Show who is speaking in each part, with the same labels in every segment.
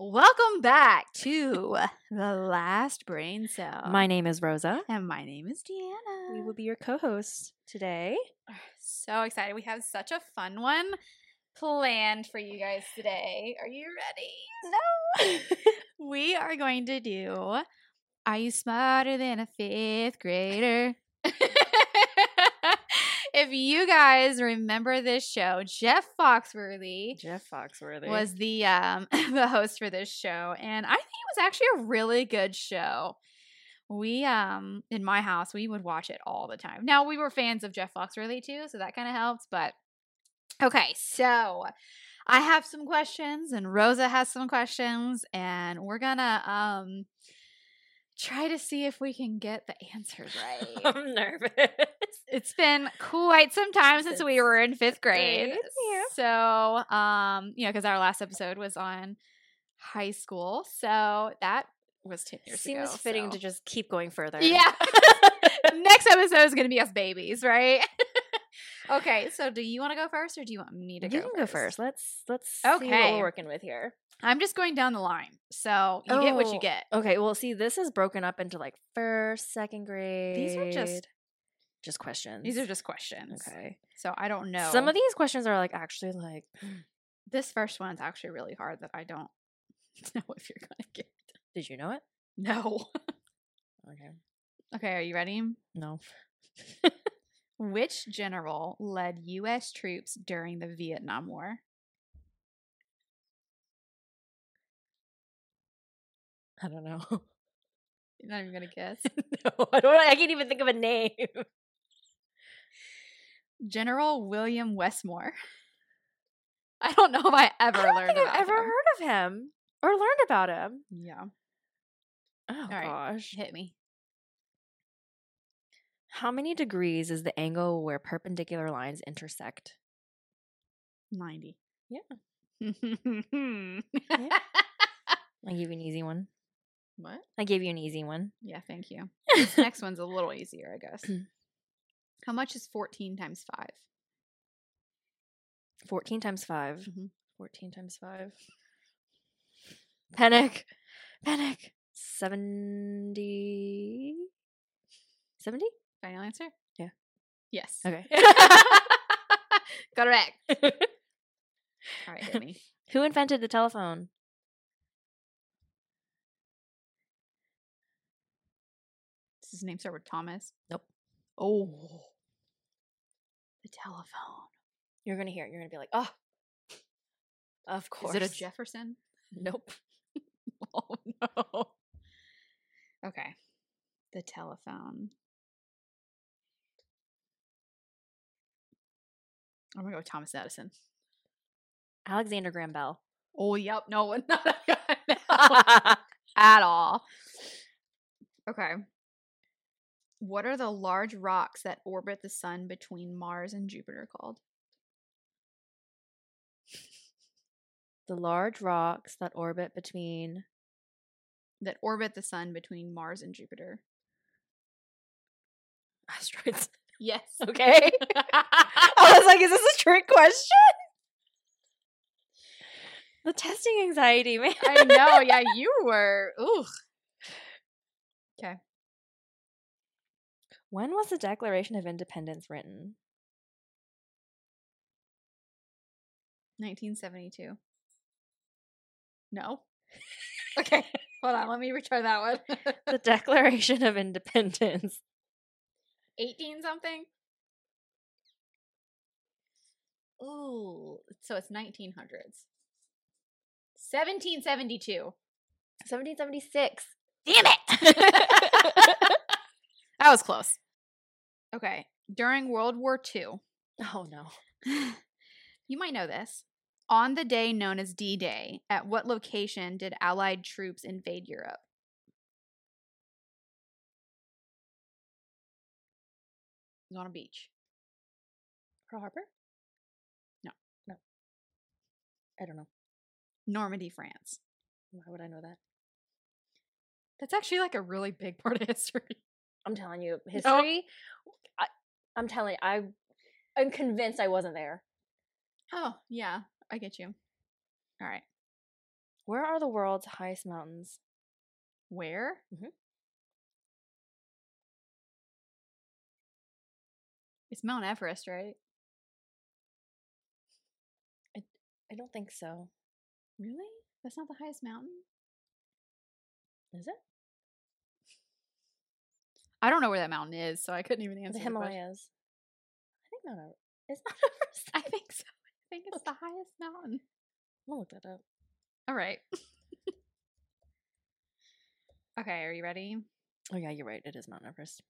Speaker 1: Welcome back to the last brain cell.
Speaker 2: My name is Rosa.
Speaker 1: and my name is Deanna.
Speaker 2: Um, We will be your co-hosts today.
Speaker 1: so excited. We have such a fun one planned for you guys today. Are you ready? No. we are going to do Are You Smarter Than a Fifth Grader? if you guys remember this show, Jeff Foxworthy
Speaker 2: Jeff Foxworthy
Speaker 1: was the um the host for this show and i think it was actually a really good show we um in my house we would watch it all the time now we were fans of jeff foxworthy too so that kind of helped but okay so i have some questions and rosa has some questions and we're gonna um try to see if we can get the answers right
Speaker 2: I'm nervous.
Speaker 1: it's been quite some time since we
Speaker 2: Since
Speaker 1: were in fifth grade.
Speaker 2: grade, yeah.
Speaker 1: So, um, you know, because our last episode was on high school, so that was ten years
Speaker 2: Seems
Speaker 1: ago.
Speaker 2: fitting
Speaker 1: so-
Speaker 2: to just keep going further.
Speaker 1: yeah. Next episode is going to be us babies, right? okay. So, do you want to go first, or do you want me to
Speaker 2: you
Speaker 1: go?
Speaker 2: can go first. Let's let's see what
Speaker 1: Okay.
Speaker 2: we're working with here.
Speaker 1: I'm just going down the line, so you get what you
Speaker 2: Oh,
Speaker 1: get.
Speaker 2: Okay, well, see, this is broken up into like first, second grade.
Speaker 1: These are just
Speaker 2: just questions.
Speaker 1: these are just questions.
Speaker 2: okay.
Speaker 1: So I don't know.
Speaker 2: Some of these questions are like actually like
Speaker 1: this first one's actually really hard that I don't know if you're going to get.
Speaker 2: Did you know it?
Speaker 1: No.
Speaker 2: Okay.
Speaker 1: Okay, are you ready?
Speaker 2: No.
Speaker 1: Which general led U.S. troops during the Vietnam War?
Speaker 2: I don't know.
Speaker 1: You're not even gonna guess.
Speaker 2: no, I don't. I can't even think of a name.
Speaker 1: general William Westmore. I don't know if I ever
Speaker 2: I don't
Speaker 1: learned
Speaker 2: think
Speaker 1: about
Speaker 2: I've ever
Speaker 1: him.
Speaker 2: heard of him or learned about him.
Speaker 1: Yeah,
Speaker 2: Oh
Speaker 1: right.
Speaker 2: gosh.
Speaker 1: hit me.
Speaker 2: How many degrees is the angle where perpendicular lines intersect?
Speaker 1: Ninety.
Speaker 2: Yeah.
Speaker 1: yeah.
Speaker 2: I gave you an easy one.
Speaker 1: What?
Speaker 2: I gave you an easy one.
Speaker 1: Yeah. Thank you. This next one's a little easier, I guess. How much is fourteen times five?
Speaker 2: 14 times 5.
Speaker 1: Mhm.
Speaker 2: 14 Mm, times 5. Panic. Panic. 70. 70?
Speaker 1: Final answer?
Speaker 2: Yeah.
Speaker 1: Yes.
Speaker 2: Okay.
Speaker 1: Correct. All right, hit me.
Speaker 2: Who invented the telephone?
Speaker 1: Does his name start with Thomas?
Speaker 2: Nope.
Speaker 1: Oh. The telephone.
Speaker 2: You're going to hear it. You're going to be like, oh. Of course.
Speaker 1: Is it a Jefferson?
Speaker 2: Nope.
Speaker 1: Oh no. Okay. The telephone. I'm gonna go with Thomas Edison.
Speaker 2: Alexander Graham Bell.
Speaker 1: Oh yep, no one at all. Okay. What are the large rocks that orbit the sun between Mars and Jupiter called?
Speaker 2: the large rocks that orbit between
Speaker 1: That orbit the sun between Mars and Jupiter.
Speaker 2: asteroids.
Speaker 1: Yes.
Speaker 2: Okay. I was like, is this a trick question? The testing anxiety, man.
Speaker 1: I know. Yeah, you were. Ooh.
Speaker 2: When was the Declaration of Independence written?
Speaker 1: 1972. No. Okay. Hold on. Let me retry that one.
Speaker 2: The Declaration of Independence.
Speaker 1: 18 something. Ooh. So it's 1900s. 1772.
Speaker 2: 1776. Damn it!
Speaker 1: that was close. Okay. During World War II,
Speaker 2: oh no.
Speaker 1: you might know this. On the day known as D Day, at what location did Allied troops invade Europe? It was on a beach.
Speaker 2: Pearl Harbor?
Speaker 1: No.
Speaker 2: No. I don't know.
Speaker 1: Normandy, France.
Speaker 2: Why would I know that?
Speaker 1: That's actually like a really big part of history.
Speaker 2: I'm telling you, history. I, I'm telling you, I, I'm convinced I wasn't there.
Speaker 1: Oh, yeah. I get you. All right.
Speaker 2: Where are the world's highest mountains?
Speaker 1: Where?
Speaker 2: Mhm.
Speaker 1: It's Mount Everest, right?
Speaker 2: I don't think so.
Speaker 1: Really? That's not the highest mountain?
Speaker 2: Is it?
Speaker 1: I don't know where that mountain is, so I couldn't even answer
Speaker 2: the
Speaker 1: the question.
Speaker 2: Himalayas. I think Mount Everest. It's not Everest.
Speaker 1: I think so. I think it's the highest mountain.
Speaker 2: I'm gonna look that up.
Speaker 1: All right. okay, are you ready?
Speaker 2: Oh yeah, you're right. It is Mount Everest.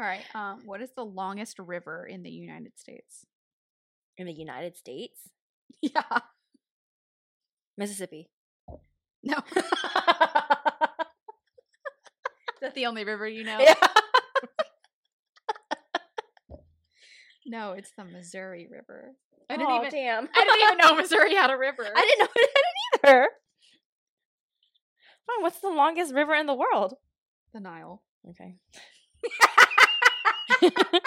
Speaker 1: All right. Um, what is the longest river in the United States?
Speaker 2: In the United States,
Speaker 1: Yeah.
Speaker 2: Mississippi.
Speaker 1: No. Is that the only river you know? No, it's the Missouri River. I didn't
Speaker 2: Aw,
Speaker 1: even
Speaker 2: damn.
Speaker 1: I didn't even know Missouri had a river.
Speaker 2: I didn't know it had it either. Oh, what's the longest river in the world?
Speaker 1: the Nile.
Speaker 2: Okay.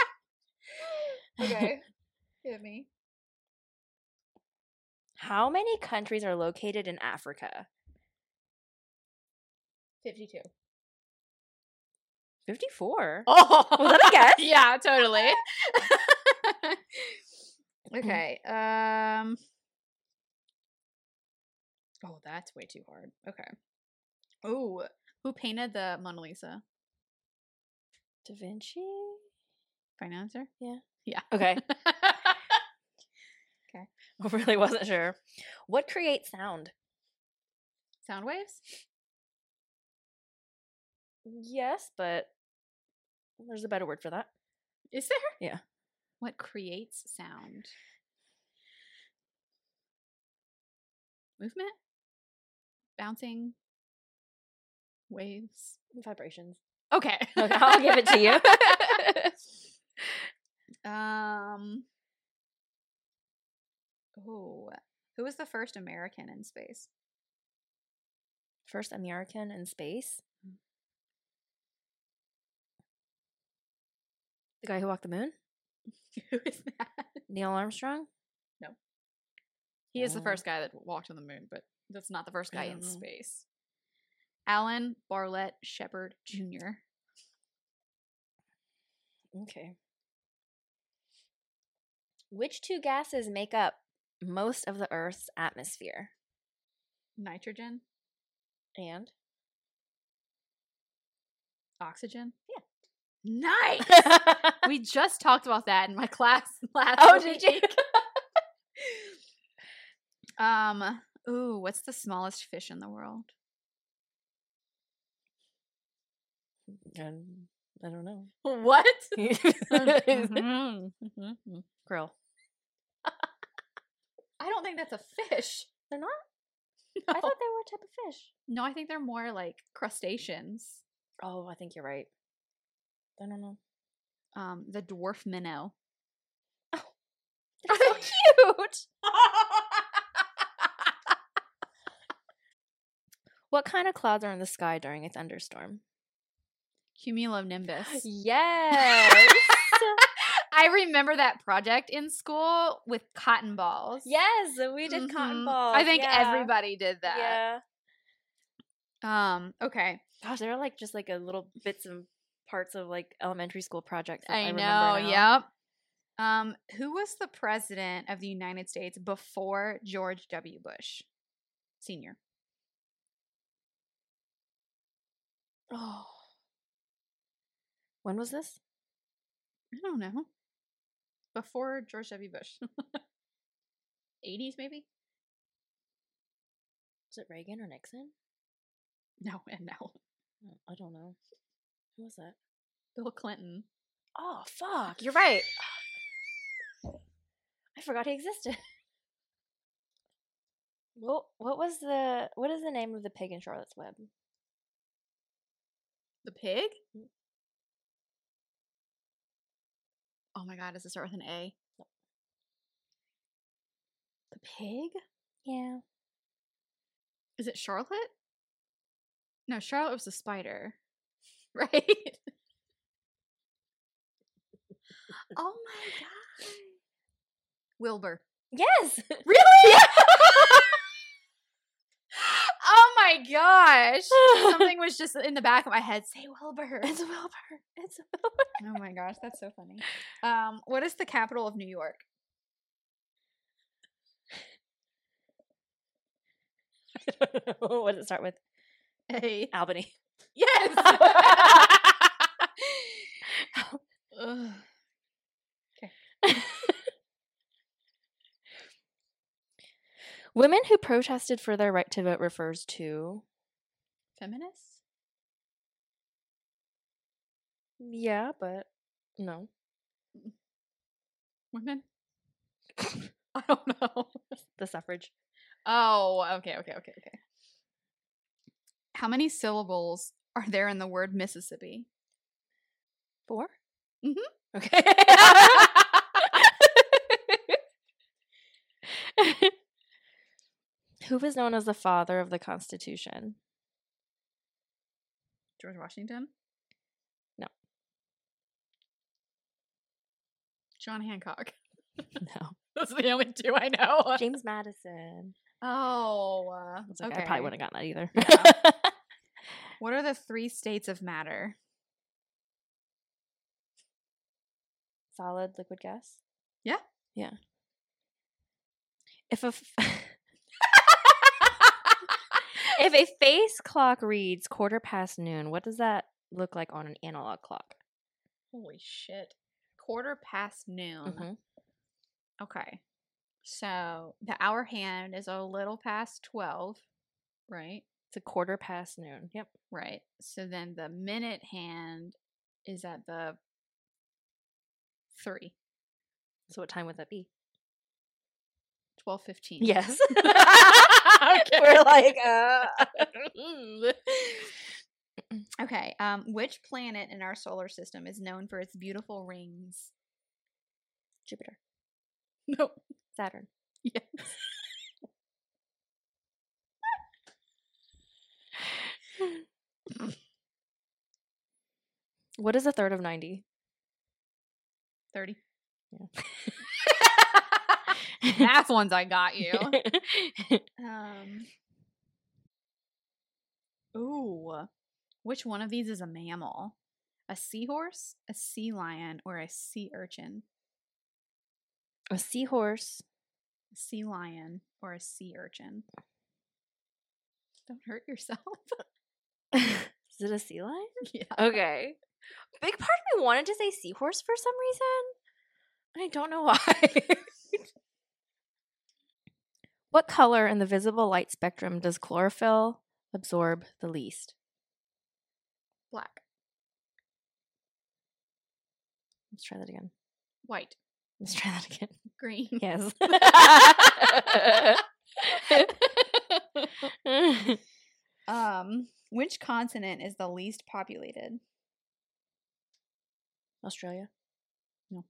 Speaker 1: Okay. Hit me.
Speaker 2: How many countries are located in Africa?
Speaker 1: 52.
Speaker 2: 54.
Speaker 1: Oh,
Speaker 2: Was that a guess?
Speaker 1: yeah, totally. Mm. okay. Um Oh, that's way too hard. Okay. Oh, who painted the Mona Lisa?
Speaker 2: Da Vinci?
Speaker 1: Financer?
Speaker 2: Okay.
Speaker 1: okay.
Speaker 2: I really wasn't sure. What creates sound?
Speaker 1: Sound waves?
Speaker 2: Yes, but there's a better word for that.
Speaker 1: Is there?
Speaker 2: Yeah.
Speaker 1: What creates sound? Movement? Bouncing? Waves?
Speaker 2: Vibrations.
Speaker 1: Okay.
Speaker 2: Okay, I'll give it to
Speaker 1: you. um. Oh, who was the first American in space?
Speaker 2: First American in space. The guy who walked the moon?
Speaker 1: who is that?
Speaker 2: Neil Armstrong?
Speaker 1: He is the
Speaker 2: Oh.
Speaker 1: first guy that walked on the moon, but that's not the first
Speaker 2: I
Speaker 1: guy
Speaker 2: don't
Speaker 1: in
Speaker 2: know.
Speaker 1: space. Alan Barlett Shepard Jr.
Speaker 2: Okay. Which two gases make up most of the Earth's atmosphere?
Speaker 1: Nitrogen,
Speaker 2: And
Speaker 1: oxygen. Yeah. Nice.
Speaker 2: oh,
Speaker 1: we just talked about that in my class last
Speaker 2: did
Speaker 1: week.
Speaker 2: you?
Speaker 1: Um. Ooh, what's the smallest fish in the world?
Speaker 2: Um, I don't know. Mm-hmm.
Speaker 1: What? Mm-hmm,
Speaker 2: Grill.
Speaker 1: I don't think that's a fish.
Speaker 2: They're not?
Speaker 1: No.
Speaker 2: I thought they were a type of fish.
Speaker 1: no, I think they're more like crustaceans.
Speaker 2: Oh, I think you're right. I don't know.
Speaker 1: Um, the dwarf minnow.
Speaker 2: They're
Speaker 1: They're
Speaker 2: so cute. What kind of clouds are in the sky during a thunderstorm?
Speaker 1: Cumulonimbus.
Speaker 2: Yes.
Speaker 1: I remember that project in school with cotton balls.
Speaker 2: yes, we did cotton
Speaker 1: Mhm.
Speaker 2: balls.
Speaker 1: I think
Speaker 2: yeah.
Speaker 1: everybody did that.
Speaker 2: Yeah.
Speaker 1: Um, okay.
Speaker 2: Gosh, they're like just like a little bits and parts of like elementary school projects. that
Speaker 1: I,
Speaker 2: remember
Speaker 1: know.
Speaker 2: now.
Speaker 1: Yep. Um, who was the president of the United States before George W. Bush, senior?
Speaker 2: Oh. When was this?
Speaker 1: I don't know. Before George W. Bush, eighties maybe?
Speaker 2: Was it Reagan or Nixon?
Speaker 1: No, and no,
Speaker 2: Oh, I don't know. Who was that?
Speaker 1: Bill Clinton.
Speaker 2: Oh fuck! You're right. I forgot he existed. Well, what was the what is the name of the pig in Charlotte's Web?
Speaker 1: The pig? Oh my god, does it start with an A? The pig?
Speaker 2: Yeah.
Speaker 1: Is it Charlotte? No, Charlotte was the spider. Right? oh my god. Wilbur.
Speaker 2: Yes.
Speaker 1: Really? oh my gosh. Something was just in the back of my head. Say Wilbur.
Speaker 2: It's Wilbur. It's
Speaker 1: Oh my gosh, that's so funny. Um, what is the capital of New York?
Speaker 2: Wilbur. what does it start with?
Speaker 1: Hey.
Speaker 2: Albany.
Speaker 1: Yes.
Speaker 2: Women who protested for their right to vote refers to.
Speaker 1: Feminists?
Speaker 2: Yeah, but no.
Speaker 1: Women? I don't know.
Speaker 2: The suffrage.
Speaker 1: Oh, okay, okay, okay, okay. How many syllables are there in the word Mississippi?
Speaker 2: 4
Speaker 1: Mhm.
Speaker 2: Okay. Who was known as the father of the Constitution?
Speaker 1: George Washington?
Speaker 2: No.
Speaker 1: John Hancock.
Speaker 2: No.
Speaker 1: Those are the only two I know.
Speaker 2: James Madison.
Speaker 1: Oh, uh,
Speaker 2: I was like, I probably wouldn't have gotten that either.
Speaker 1: What are the three states of matter?
Speaker 2: Solid liquid gas?
Speaker 1: Yeah.
Speaker 2: Yeah. If a f- if a face clock reads quarter past noon, what does that look like on an analog clock?
Speaker 1: Holy shit. Quarter past noon.
Speaker 2: Mhm.
Speaker 1: Okay. So the hour hand is a little past 12, right?
Speaker 2: It's a quarter past noon. Yep.
Speaker 1: Right. So then the minute hand is at the three.
Speaker 2: So what time would that be?
Speaker 1: Twelve fifteen.
Speaker 2: Yes.
Speaker 1: Okay.
Speaker 2: We're like, uh,
Speaker 1: okay. Um, which planet in our solar system is known for its beautiful rings?
Speaker 2: Jupiter,
Speaker 1: No.
Speaker 2: Saturn.
Speaker 1: Yes.
Speaker 2: What is a third of 90?
Speaker 1: Thirty.
Speaker 2: Yeah.
Speaker 1: Math ones I got you. Um. Ooh. Which one of these is a mammal? A seahorse, a sea lion, or a sea urchin?
Speaker 2: a seahorse.
Speaker 1: A sea lion or a sea urchin? Don't hurt yourself.
Speaker 2: is it a sea lion?
Speaker 1: yeah.
Speaker 2: Okay. Big part of me wanted to say seahorse for some reason. and I don't know why. what color in the visible light spectrum does chlorophyll absorb the least?
Speaker 1: Black,
Speaker 2: Let's try that again.
Speaker 1: white,
Speaker 2: Let's try that again.
Speaker 1: green.
Speaker 2: Yes.
Speaker 1: Um, which continent is the least populated?
Speaker 2: Australia?
Speaker 1: No.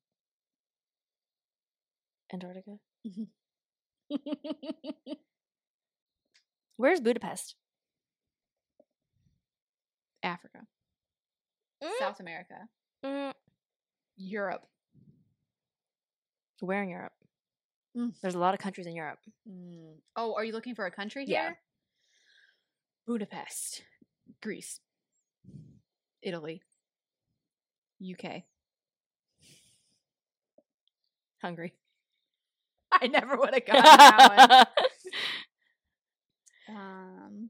Speaker 2: Antarctica?
Speaker 1: Africa.
Speaker 2: Where's Budapest?
Speaker 1: South America.
Speaker 2: Mm.
Speaker 1: Europe.
Speaker 2: Where in Europe?
Speaker 1: Mm.
Speaker 2: There's a lot of countries in Europe.
Speaker 1: Mm. Oh, are you looking for a country here?
Speaker 2: Yeah.
Speaker 1: Budapest, Greece, Italy, UK.
Speaker 2: Hungary.
Speaker 1: I never would have gotten that one. Um,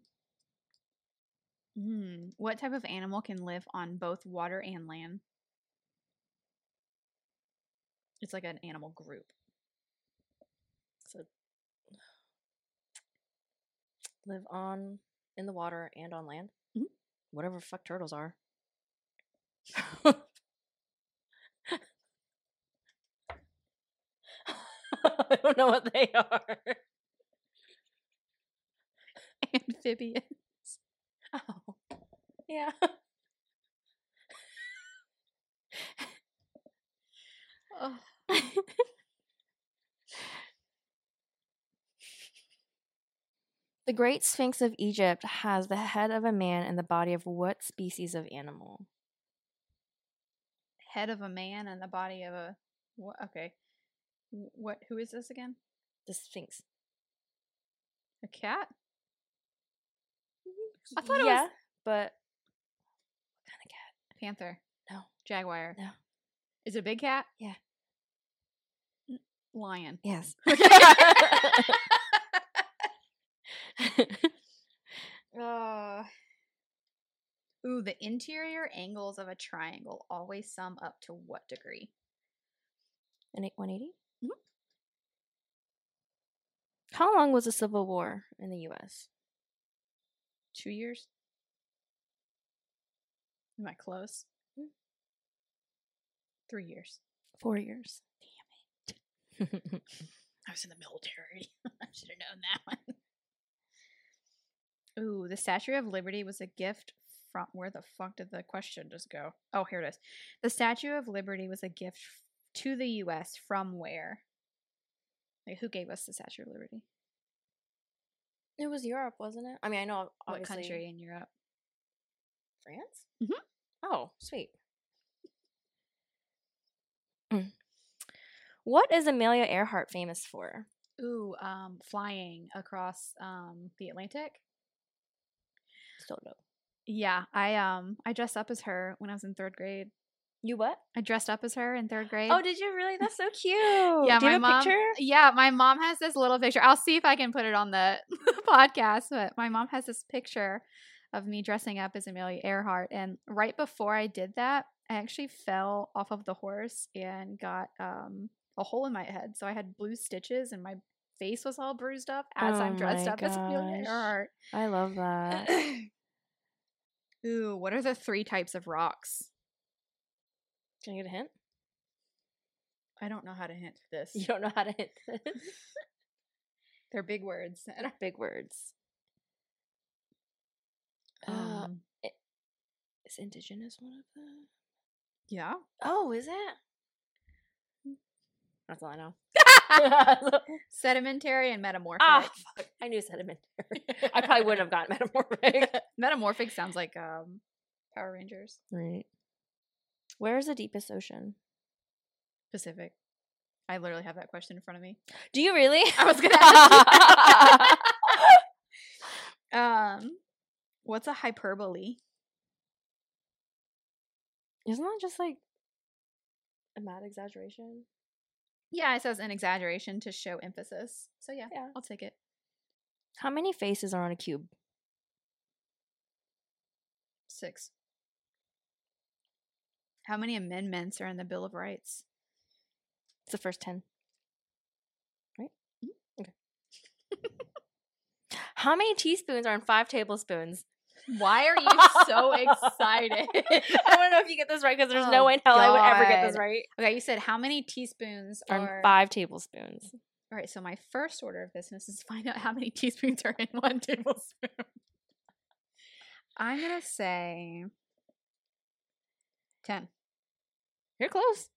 Speaker 1: hmm, What type of animal can live on both water and land? It's like an animal group.
Speaker 2: so live on in the water and on land.
Speaker 1: Mhm.
Speaker 2: Whatever fuck turtles are. I don't know what they are.
Speaker 1: Amphibian.
Speaker 2: Oh. Yeah.
Speaker 1: Oh.
Speaker 2: The Great Sphinx of Egypt has the head of a man and the body of what species of animal?
Speaker 1: Head of a man and the body of a. wha- okay. Wh- What? Who is this again?
Speaker 2: The Sphinx.
Speaker 1: A cat? I thought it was-
Speaker 2: but
Speaker 1: Panther.
Speaker 2: No.
Speaker 1: Jaguar.
Speaker 2: No.
Speaker 1: Is it a big cat?
Speaker 2: Yeah.
Speaker 1: N- Lion.
Speaker 2: yes.
Speaker 1: Uh, ooh, the interior angles of a triangle always sum up to what degree?
Speaker 2: An eight one eighty.
Speaker 1: Mhm.
Speaker 2: How long was the Civil War in the U.S.?
Speaker 1: Two years? Am I close? Three years.
Speaker 2: Four years. Damn it.
Speaker 1: I was in the military. I should have known that one. Ooh, the Statue of Liberty was a gift from where the fuck did the question just go? Oh, here it is. The Statue of Liberty was a gift f- to the US from where? Like who gave us the Statue of Liberty?
Speaker 2: it was Europe, wasn't it? I mean, I know
Speaker 1: What
Speaker 2: obviously
Speaker 1: country in Europe?
Speaker 2: France.
Speaker 1: Mhm.
Speaker 2: Oh, sweet. Mm. What is Amelia Earhart famous for?
Speaker 1: Ooh, um, flying across um the Atlantic.
Speaker 2: Still dope.
Speaker 1: Yeah, I um I dressed up as her when I was in third grade.
Speaker 2: You what?
Speaker 1: I dressed up as her in third grade.
Speaker 2: Oh, did you really? That's so cute. yeah,
Speaker 1: yeah,
Speaker 2: Do
Speaker 1: my
Speaker 2: you have a
Speaker 1: mom.
Speaker 2: picture?
Speaker 1: Yeah, my mom has this little picture. I'll see if I can put it on the podcast. But my mom has this picture of me dressing up as Amelia Earhart, and right before I did that, I actually fell off of the horse and got um, a hole in my head. So I had blue stitches, and my face was all bruised up as I'm
Speaker 2: Oh
Speaker 1: dressed
Speaker 2: my
Speaker 1: up as Amelia
Speaker 2: gosh.
Speaker 1: Earhart.
Speaker 2: I love that.
Speaker 1: Ooh, what are the three types of rocks?
Speaker 2: Can I get a hint?
Speaker 1: I don't know how to hint to this.
Speaker 2: You don't know how to hint this.
Speaker 1: They're big words. I don't-
Speaker 2: Big words. Uh,
Speaker 1: Um,
Speaker 2: is indigenous one of them?
Speaker 1: yeah.
Speaker 2: Oh, is it? Mm. That's all I know.
Speaker 1: Sedimentary and metamorphic.
Speaker 2: ah, fuck. I knew sedimentary. I probably wouldn't have gotten metamorphic.
Speaker 1: Metamorphic sounds like um, Power Rangers.
Speaker 2: Right. Where is the deepest ocean?
Speaker 1: Pacific. I literally have that question in front of me.
Speaker 2: Do you really?
Speaker 1: I was gonna ask Um, what's a hyperbole?
Speaker 2: Isn't that just like a mad exaggeration?
Speaker 1: Yeah, it says an exaggeration to show emphasis. So yeah,
Speaker 2: Yeah.
Speaker 1: I'll take it.
Speaker 2: How many faces are on a cube?
Speaker 1: Six. How many amendments are in the Bill of Rights?
Speaker 2: It's the first 10. Right? Mm, Okay. How many teaspoons are in five tablespoons?
Speaker 1: Why are you so excited?
Speaker 2: I don't know if you get this right because there's
Speaker 1: Oh,
Speaker 2: no way in hell I would ever get this
Speaker 1: God.
Speaker 2: right.
Speaker 1: okay, you said how many teaspoons
Speaker 2: Are
Speaker 1: are
Speaker 2: in five tablespoons.
Speaker 1: All right, so my first order of business is find out how many teaspoons are in one tablespoon. I'm gonna say ten.
Speaker 2: You're close.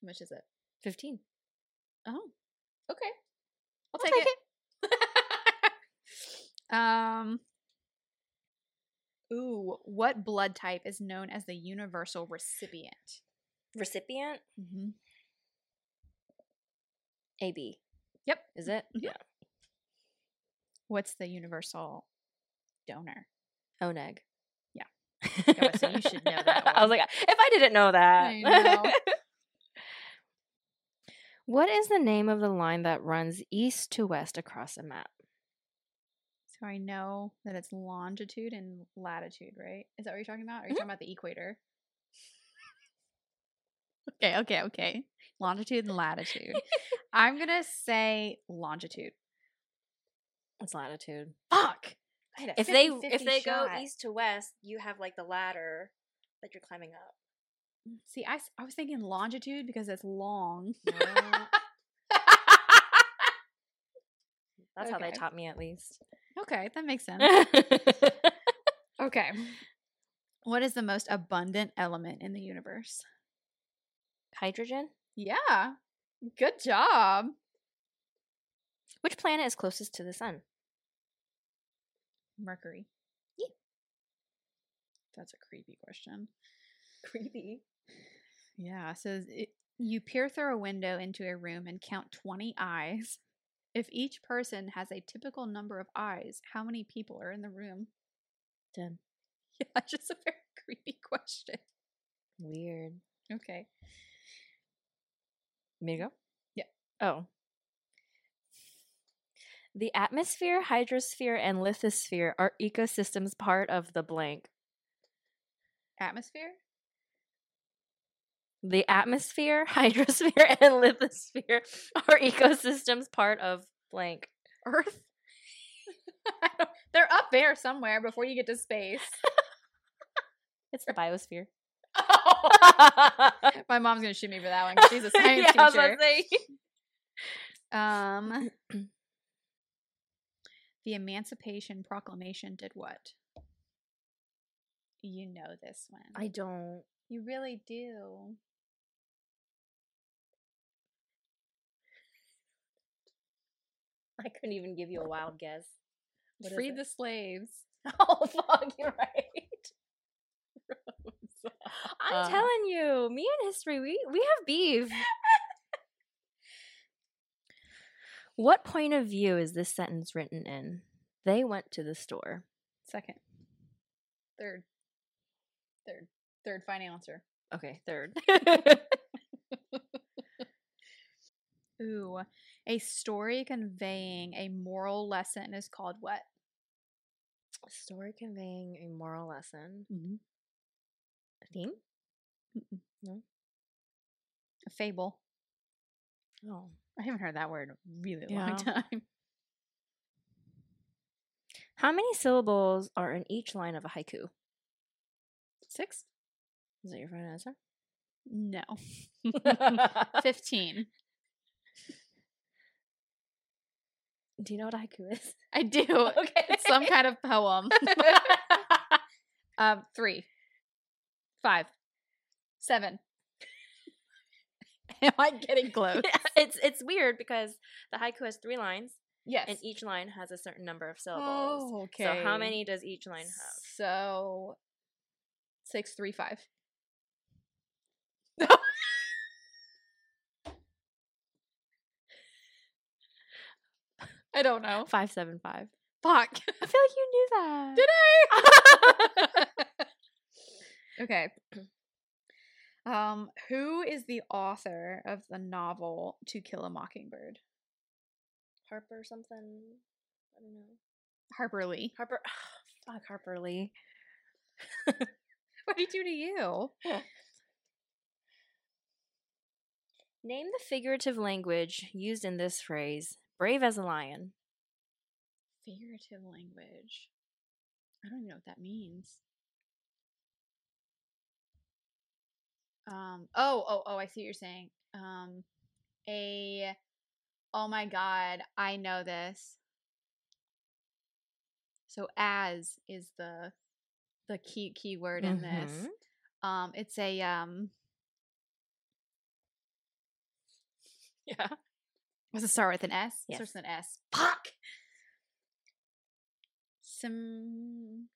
Speaker 1: How much is it?
Speaker 2: 15.
Speaker 1: Oh, okay. I'll,
Speaker 2: I'll
Speaker 1: take,
Speaker 2: take
Speaker 1: it. um. Ooh, what blood type is known as the universal recipient?
Speaker 2: Recipient?
Speaker 1: Mm-hmm.
Speaker 2: AB.
Speaker 1: Yep.
Speaker 2: Is it?
Speaker 1: Mhm. What's the universal donor?
Speaker 2: O neg.
Speaker 1: Yeah.
Speaker 2: Yeah,
Speaker 1: so you should know that
Speaker 2: I was
Speaker 1: one.
Speaker 2: like, if I didn't know that.
Speaker 1: I know.
Speaker 2: what is the name of the line that runs east to west across a map?
Speaker 1: So I know that it's longitude and latitude, right? Is that what you're talking about? Are you
Speaker 2: Mhm.
Speaker 1: talking about the equator? okay, okay, okay. Longitude and latitude. I'm gonna say longitude.
Speaker 2: It's latitude.
Speaker 1: Fuck. I had a
Speaker 2: If they
Speaker 1: 50-50
Speaker 2: if they go
Speaker 1: shot.
Speaker 2: east to west, you have like the ladder that you're climbing up.
Speaker 1: see, I, s- I was thinking longitude because it's long.
Speaker 2: That's how they
Speaker 1: Okay.
Speaker 2: taught me at least.
Speaker 1: okay, that makes sense.
Speaker 2: Earth.
Speaker 1: Okay. What is the most abundant element in the universe?
Speaker 2: Hydrogen?
Speaker 1: Yeah. Good job.
Speaker 2: Which planet is closest to the sun?
Speaker 1: Mercury. That's a creepy question.
Speaker 2: Creepy.
Speaker 1: Yeah. So it, you peer through a window into a room and count 20 eyes. If each person has a typical number of eyes, how many people are in the room?
Speaker 2: Ten.
Speaker 1: Yeah, just a very creepy question.
Speaker 2: Weird.
Speaker 1: Okay.
Speaker 2: Me to go?
Speaker 1: Yeah.
Speaker 2: Oh. The atmosphere, hydrosphere, and lithosphere are ecosystems part of the blank.
Speaker 1: Atmosphere?
Speaker 2: The atmosphere, hydrosphere, and lithosphere are ecosystems part of blank.
Speaker 1: Earth? I don't- They're up there somewhere before you get to space.
Speaker 2: It's the biosphere.
Speaker 1: My mom's gonna shoot me for that one 'cause she's a science
Speaker 2: Yeah, I was about
Speaker 1: teacher.
Speaker 2: to say.
Speaker 1: Um, the Emancipation Proclamation did what? You know this one.
Speaker 2: I don't.
Speaker 1: you really do.
Speaker 2: I couldn't even give you a wild guess. What is
Speaker 1: Free
Speaker 2: it?
Speaker 1: the slaves.
Speaker 2: Oh fuck, you're right. I'm
Speaker 1: Uh,
Speaker 2: telling you, me and history, we we have beef. what point of view is this sentence written in? They went to the store.
Speaker 1: Second. Third. Third. Third final answer.
Speaker 2: Okay, third.
Speaker 1: Ooh. A story conveying a moral lesson is called what?
Speaker 2: Story conveying a moral lesson.
Speaker 1: Mm-hmm.
Speaker 2: A theme?
Speaker 1: A fable.
Speaker 2: Oh.
Speaker 1: I haven't heard that word in a really long
Speaker 2: Yeah.
Speaker 1: time.
Speaker 2: How many syllables are in each line of a haiku?
Speaker 1: Six?
Speaker 2: Is that your final answer?
Speaker 1: No. 15.
Speaker 2: Do you know what a haiku is?
Speaker 1: I do.
Speaker 2: Okay.
Speaker 1: Oh, It's some kind of poem. um, three, five, seven. Am I getting close?
Speaker 2: it's it's weird because the haiku has three lines
Speaker 1: Yes.
Speaker 2: and each line has a certain number of syllables.
Speaker 1: Oh, okay.
Speaker 2: So how many does each line have?
Speaker 1: So six, three, five. I don't know.
Speaker 2: Five seven five.
Speaker 1: Fuck.
Speaker 2: I feel like you knew that.
Speaker 1: Did I? okay. Um, who is the author of the novel To Kill a Mockingbird?
Speaker 2: Harper something. I don't know.
Speaker 1: Harper Lee.
Speaker 2: Harper fuck Harper Lee.
Speaker 1: What do you do to you?
Speaker 2: Name the figurative language used in this phrase. Brave as a lion.
Speaker 1: Figurative language. I don't even know what that means. Um, oh, oh, oh, I see what you're saying. Um, a, oh my God, I know this. So as is the, the key, key word in this.
Speaker 2: Mhm.
Speaker 1: Um, it's a, um,
Speaker 2: Yeah.
Speaker 1: Does it start with an S? It
Speaker 2: Yes.
Speaker 1: Starts with an S. Fuck. Sim.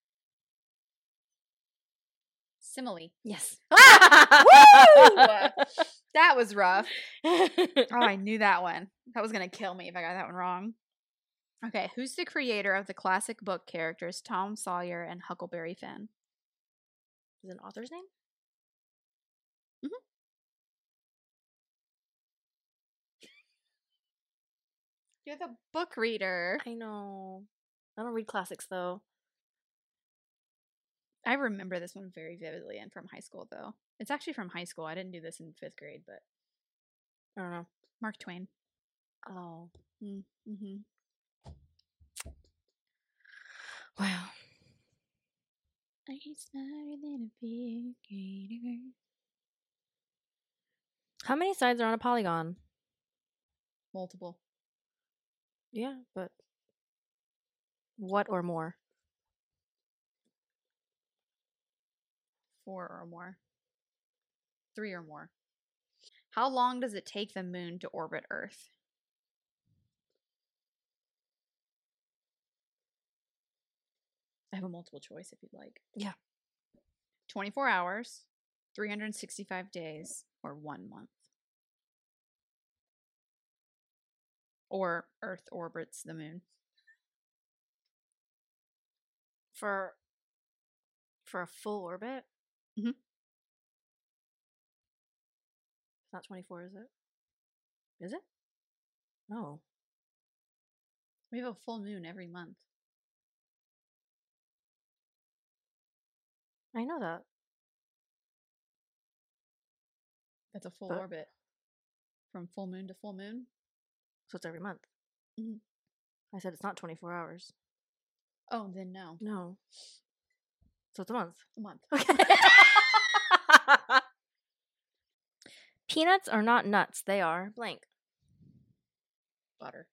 Speaker 1: Simile.
Speaker 2: Yes.
Speaker 1: That was rough. Oh, I knew that one. That was gonna kill me if I got that one wrong. Okay, who's the creator of the classic book characters Tom Sawyer and Huckleberry Finn?
Speaker 2: Is an author's name?
Speaker 1: You're the book reader.
Speaker 2: I know. I don't read classics though.
Speaker 1: I remember this one very vividly and from high school though. It's actually from high school. I didn't do this in fifth grade, but
Speaker 2: I don't know.
Speaker 1: Mark Twain.
Speaker 2: Oh.
Speaker 1: Mm-hmm.
Speaker 2: Wow.
Speaker 1: Are you smarter than a big gator?
Speaker 2: How many sides are on a polygon?
Speaker 1: Multiple.
Speaker 2: Yeah, but what or more?
Speaker 1: Four or more. Three or more. How long does it take the moon to orbit Earth? I have a multiple choice if you'd like.
Speaker 2: Yeah.
Speaker 1: 24 hours, 365 days, or one month. or Earth orbits the moon.
Speaker 3: for for a full orbit.
Speaker 2: Mm-hmm.
Speaker 1: Mhm.
Speaker 3: It's not twenty four, is it? Is it? No.
Speaker 1: We have a full moon every month.
Speaker 2: I know that.
Speaker 1: That's a full
Speaker 3: But-
Speaker 1: orbit. From full moon to full moon.
Speaker 3: So it's every month. Mm-hmm.
Speaker 1: Mhm.
Speaker 3: I said it's not twenty four hours.
Speaker 1: Oh, then no.
Speaker 3: No. So it's a month.
Speaker 1: A month.
Speaker 3: Okay.
Speaker 2: Peanuts are not nuts. They are blank.
Speaker 1: Butter.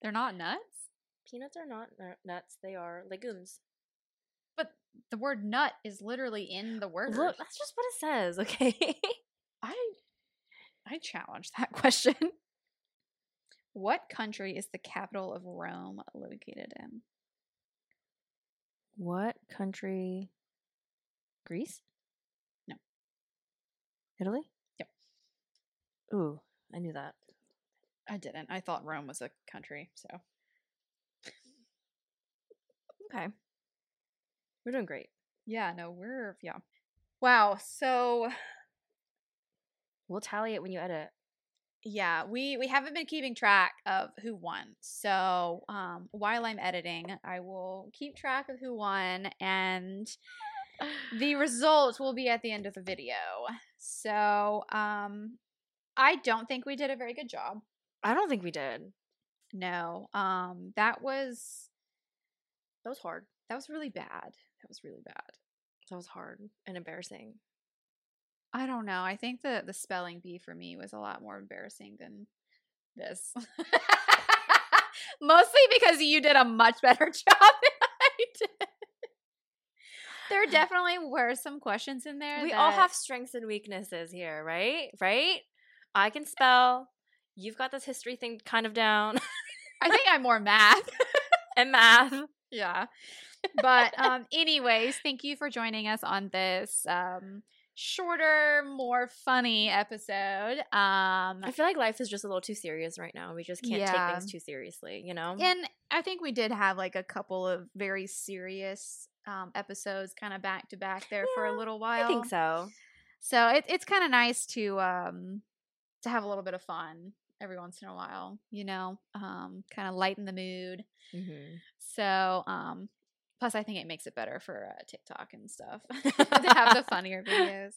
Speaker 1: They're not nuts?
Speaker 2: Peanuts are not nu- nuts. They are legumes.
Speaker 1: But the word nut is literally in the word.
Speaker 2: Look, that's just what it says. Okay.
Speaker 1: I I challenge that question. What country is the capital of Rome located in?
Speaker 2: what country? Greece.
Speaker 1: No.
Speaker 2: Italy.
Speaker 1: Yep.
Speaker 2: Ooh, I knew that.
Speaker 1: I didn't. I thought Rome was a country, so
Speaker 2: Okay. We're doing great.
Speaker 1: yeah, no, we're yeah. Wow, so
Speaker 2: We'll tally it when you edit.
Speaker 1: yeah, we we haven't been keeping track of who won. So, um while I'm editing, I will keep track of who won and the results will be at the end of the video. So, um I don't think we did a very good job.
Speaker 2: I don't think we did.
Speaker 1: No. Um that was
Speaker 2: That was hard.
Speaker 1: that was really bad. That was really bad.
Speaker 2: That was hard and embarrassing.
Speaker 1: I don't know. I think the the spelling bee for me was a lot more embarrassing than this. Mostly because you did a much better job than I did. There definitely were some questions in there.
Speaker 2: We all
Speaker 1: that-
Speaker 2: have strengths and weaknesses here, right? Right? I can spell. You've got this history thing kind of down
Speaker 1: I think I'm more math.
Speaker 2: and math.
Speaker 1: yeah. But um anyways, thank you for joining us on this um shorter, more funny episode. Um
Speaker 2: I feel like life is just a little too serious right now. We just can't
Speaker 1: Yeah.
Speaker 2: take things too seriously, you know?
Speaker 1: And I think we did have like a couple of very serious um, episodes kind of back to back there for a
Speaker 2: Yeah,
Speaker 1: little while.
Speaker 2: I think so.
Speaker 1: So it, it's kind of nice to um, to have a little bit of fun every once in a while, you know, um, kind of lighten the mood.
Speaker 2: Mm-hmm.
Speaker 1: So um, plus, I think it makes it better for uh, TikTok and stuff to have the funnier videos.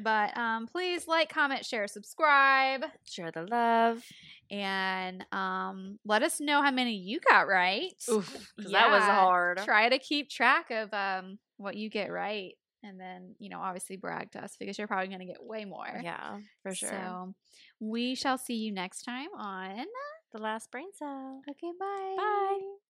Speaker 1: But um, please like, comment, share, subscribe,
Speaker 2: Share the love.
Speaker 1: and um, let us know how many you got right.
Speaker 2: Oof. 'cause that was
Speaker 1: Yeah,
Speaker 2: hard.
Speaker 1: try to keep track of um what you get right and then you know obviously brag to us because you're probably going to get way more
Speaker 2: Yeah, for sure.
Speaker 1: so we shall see you next time on
Speaker 2: the last brain cell.
Speaker 1: okay bye
Speaker 2: Bye.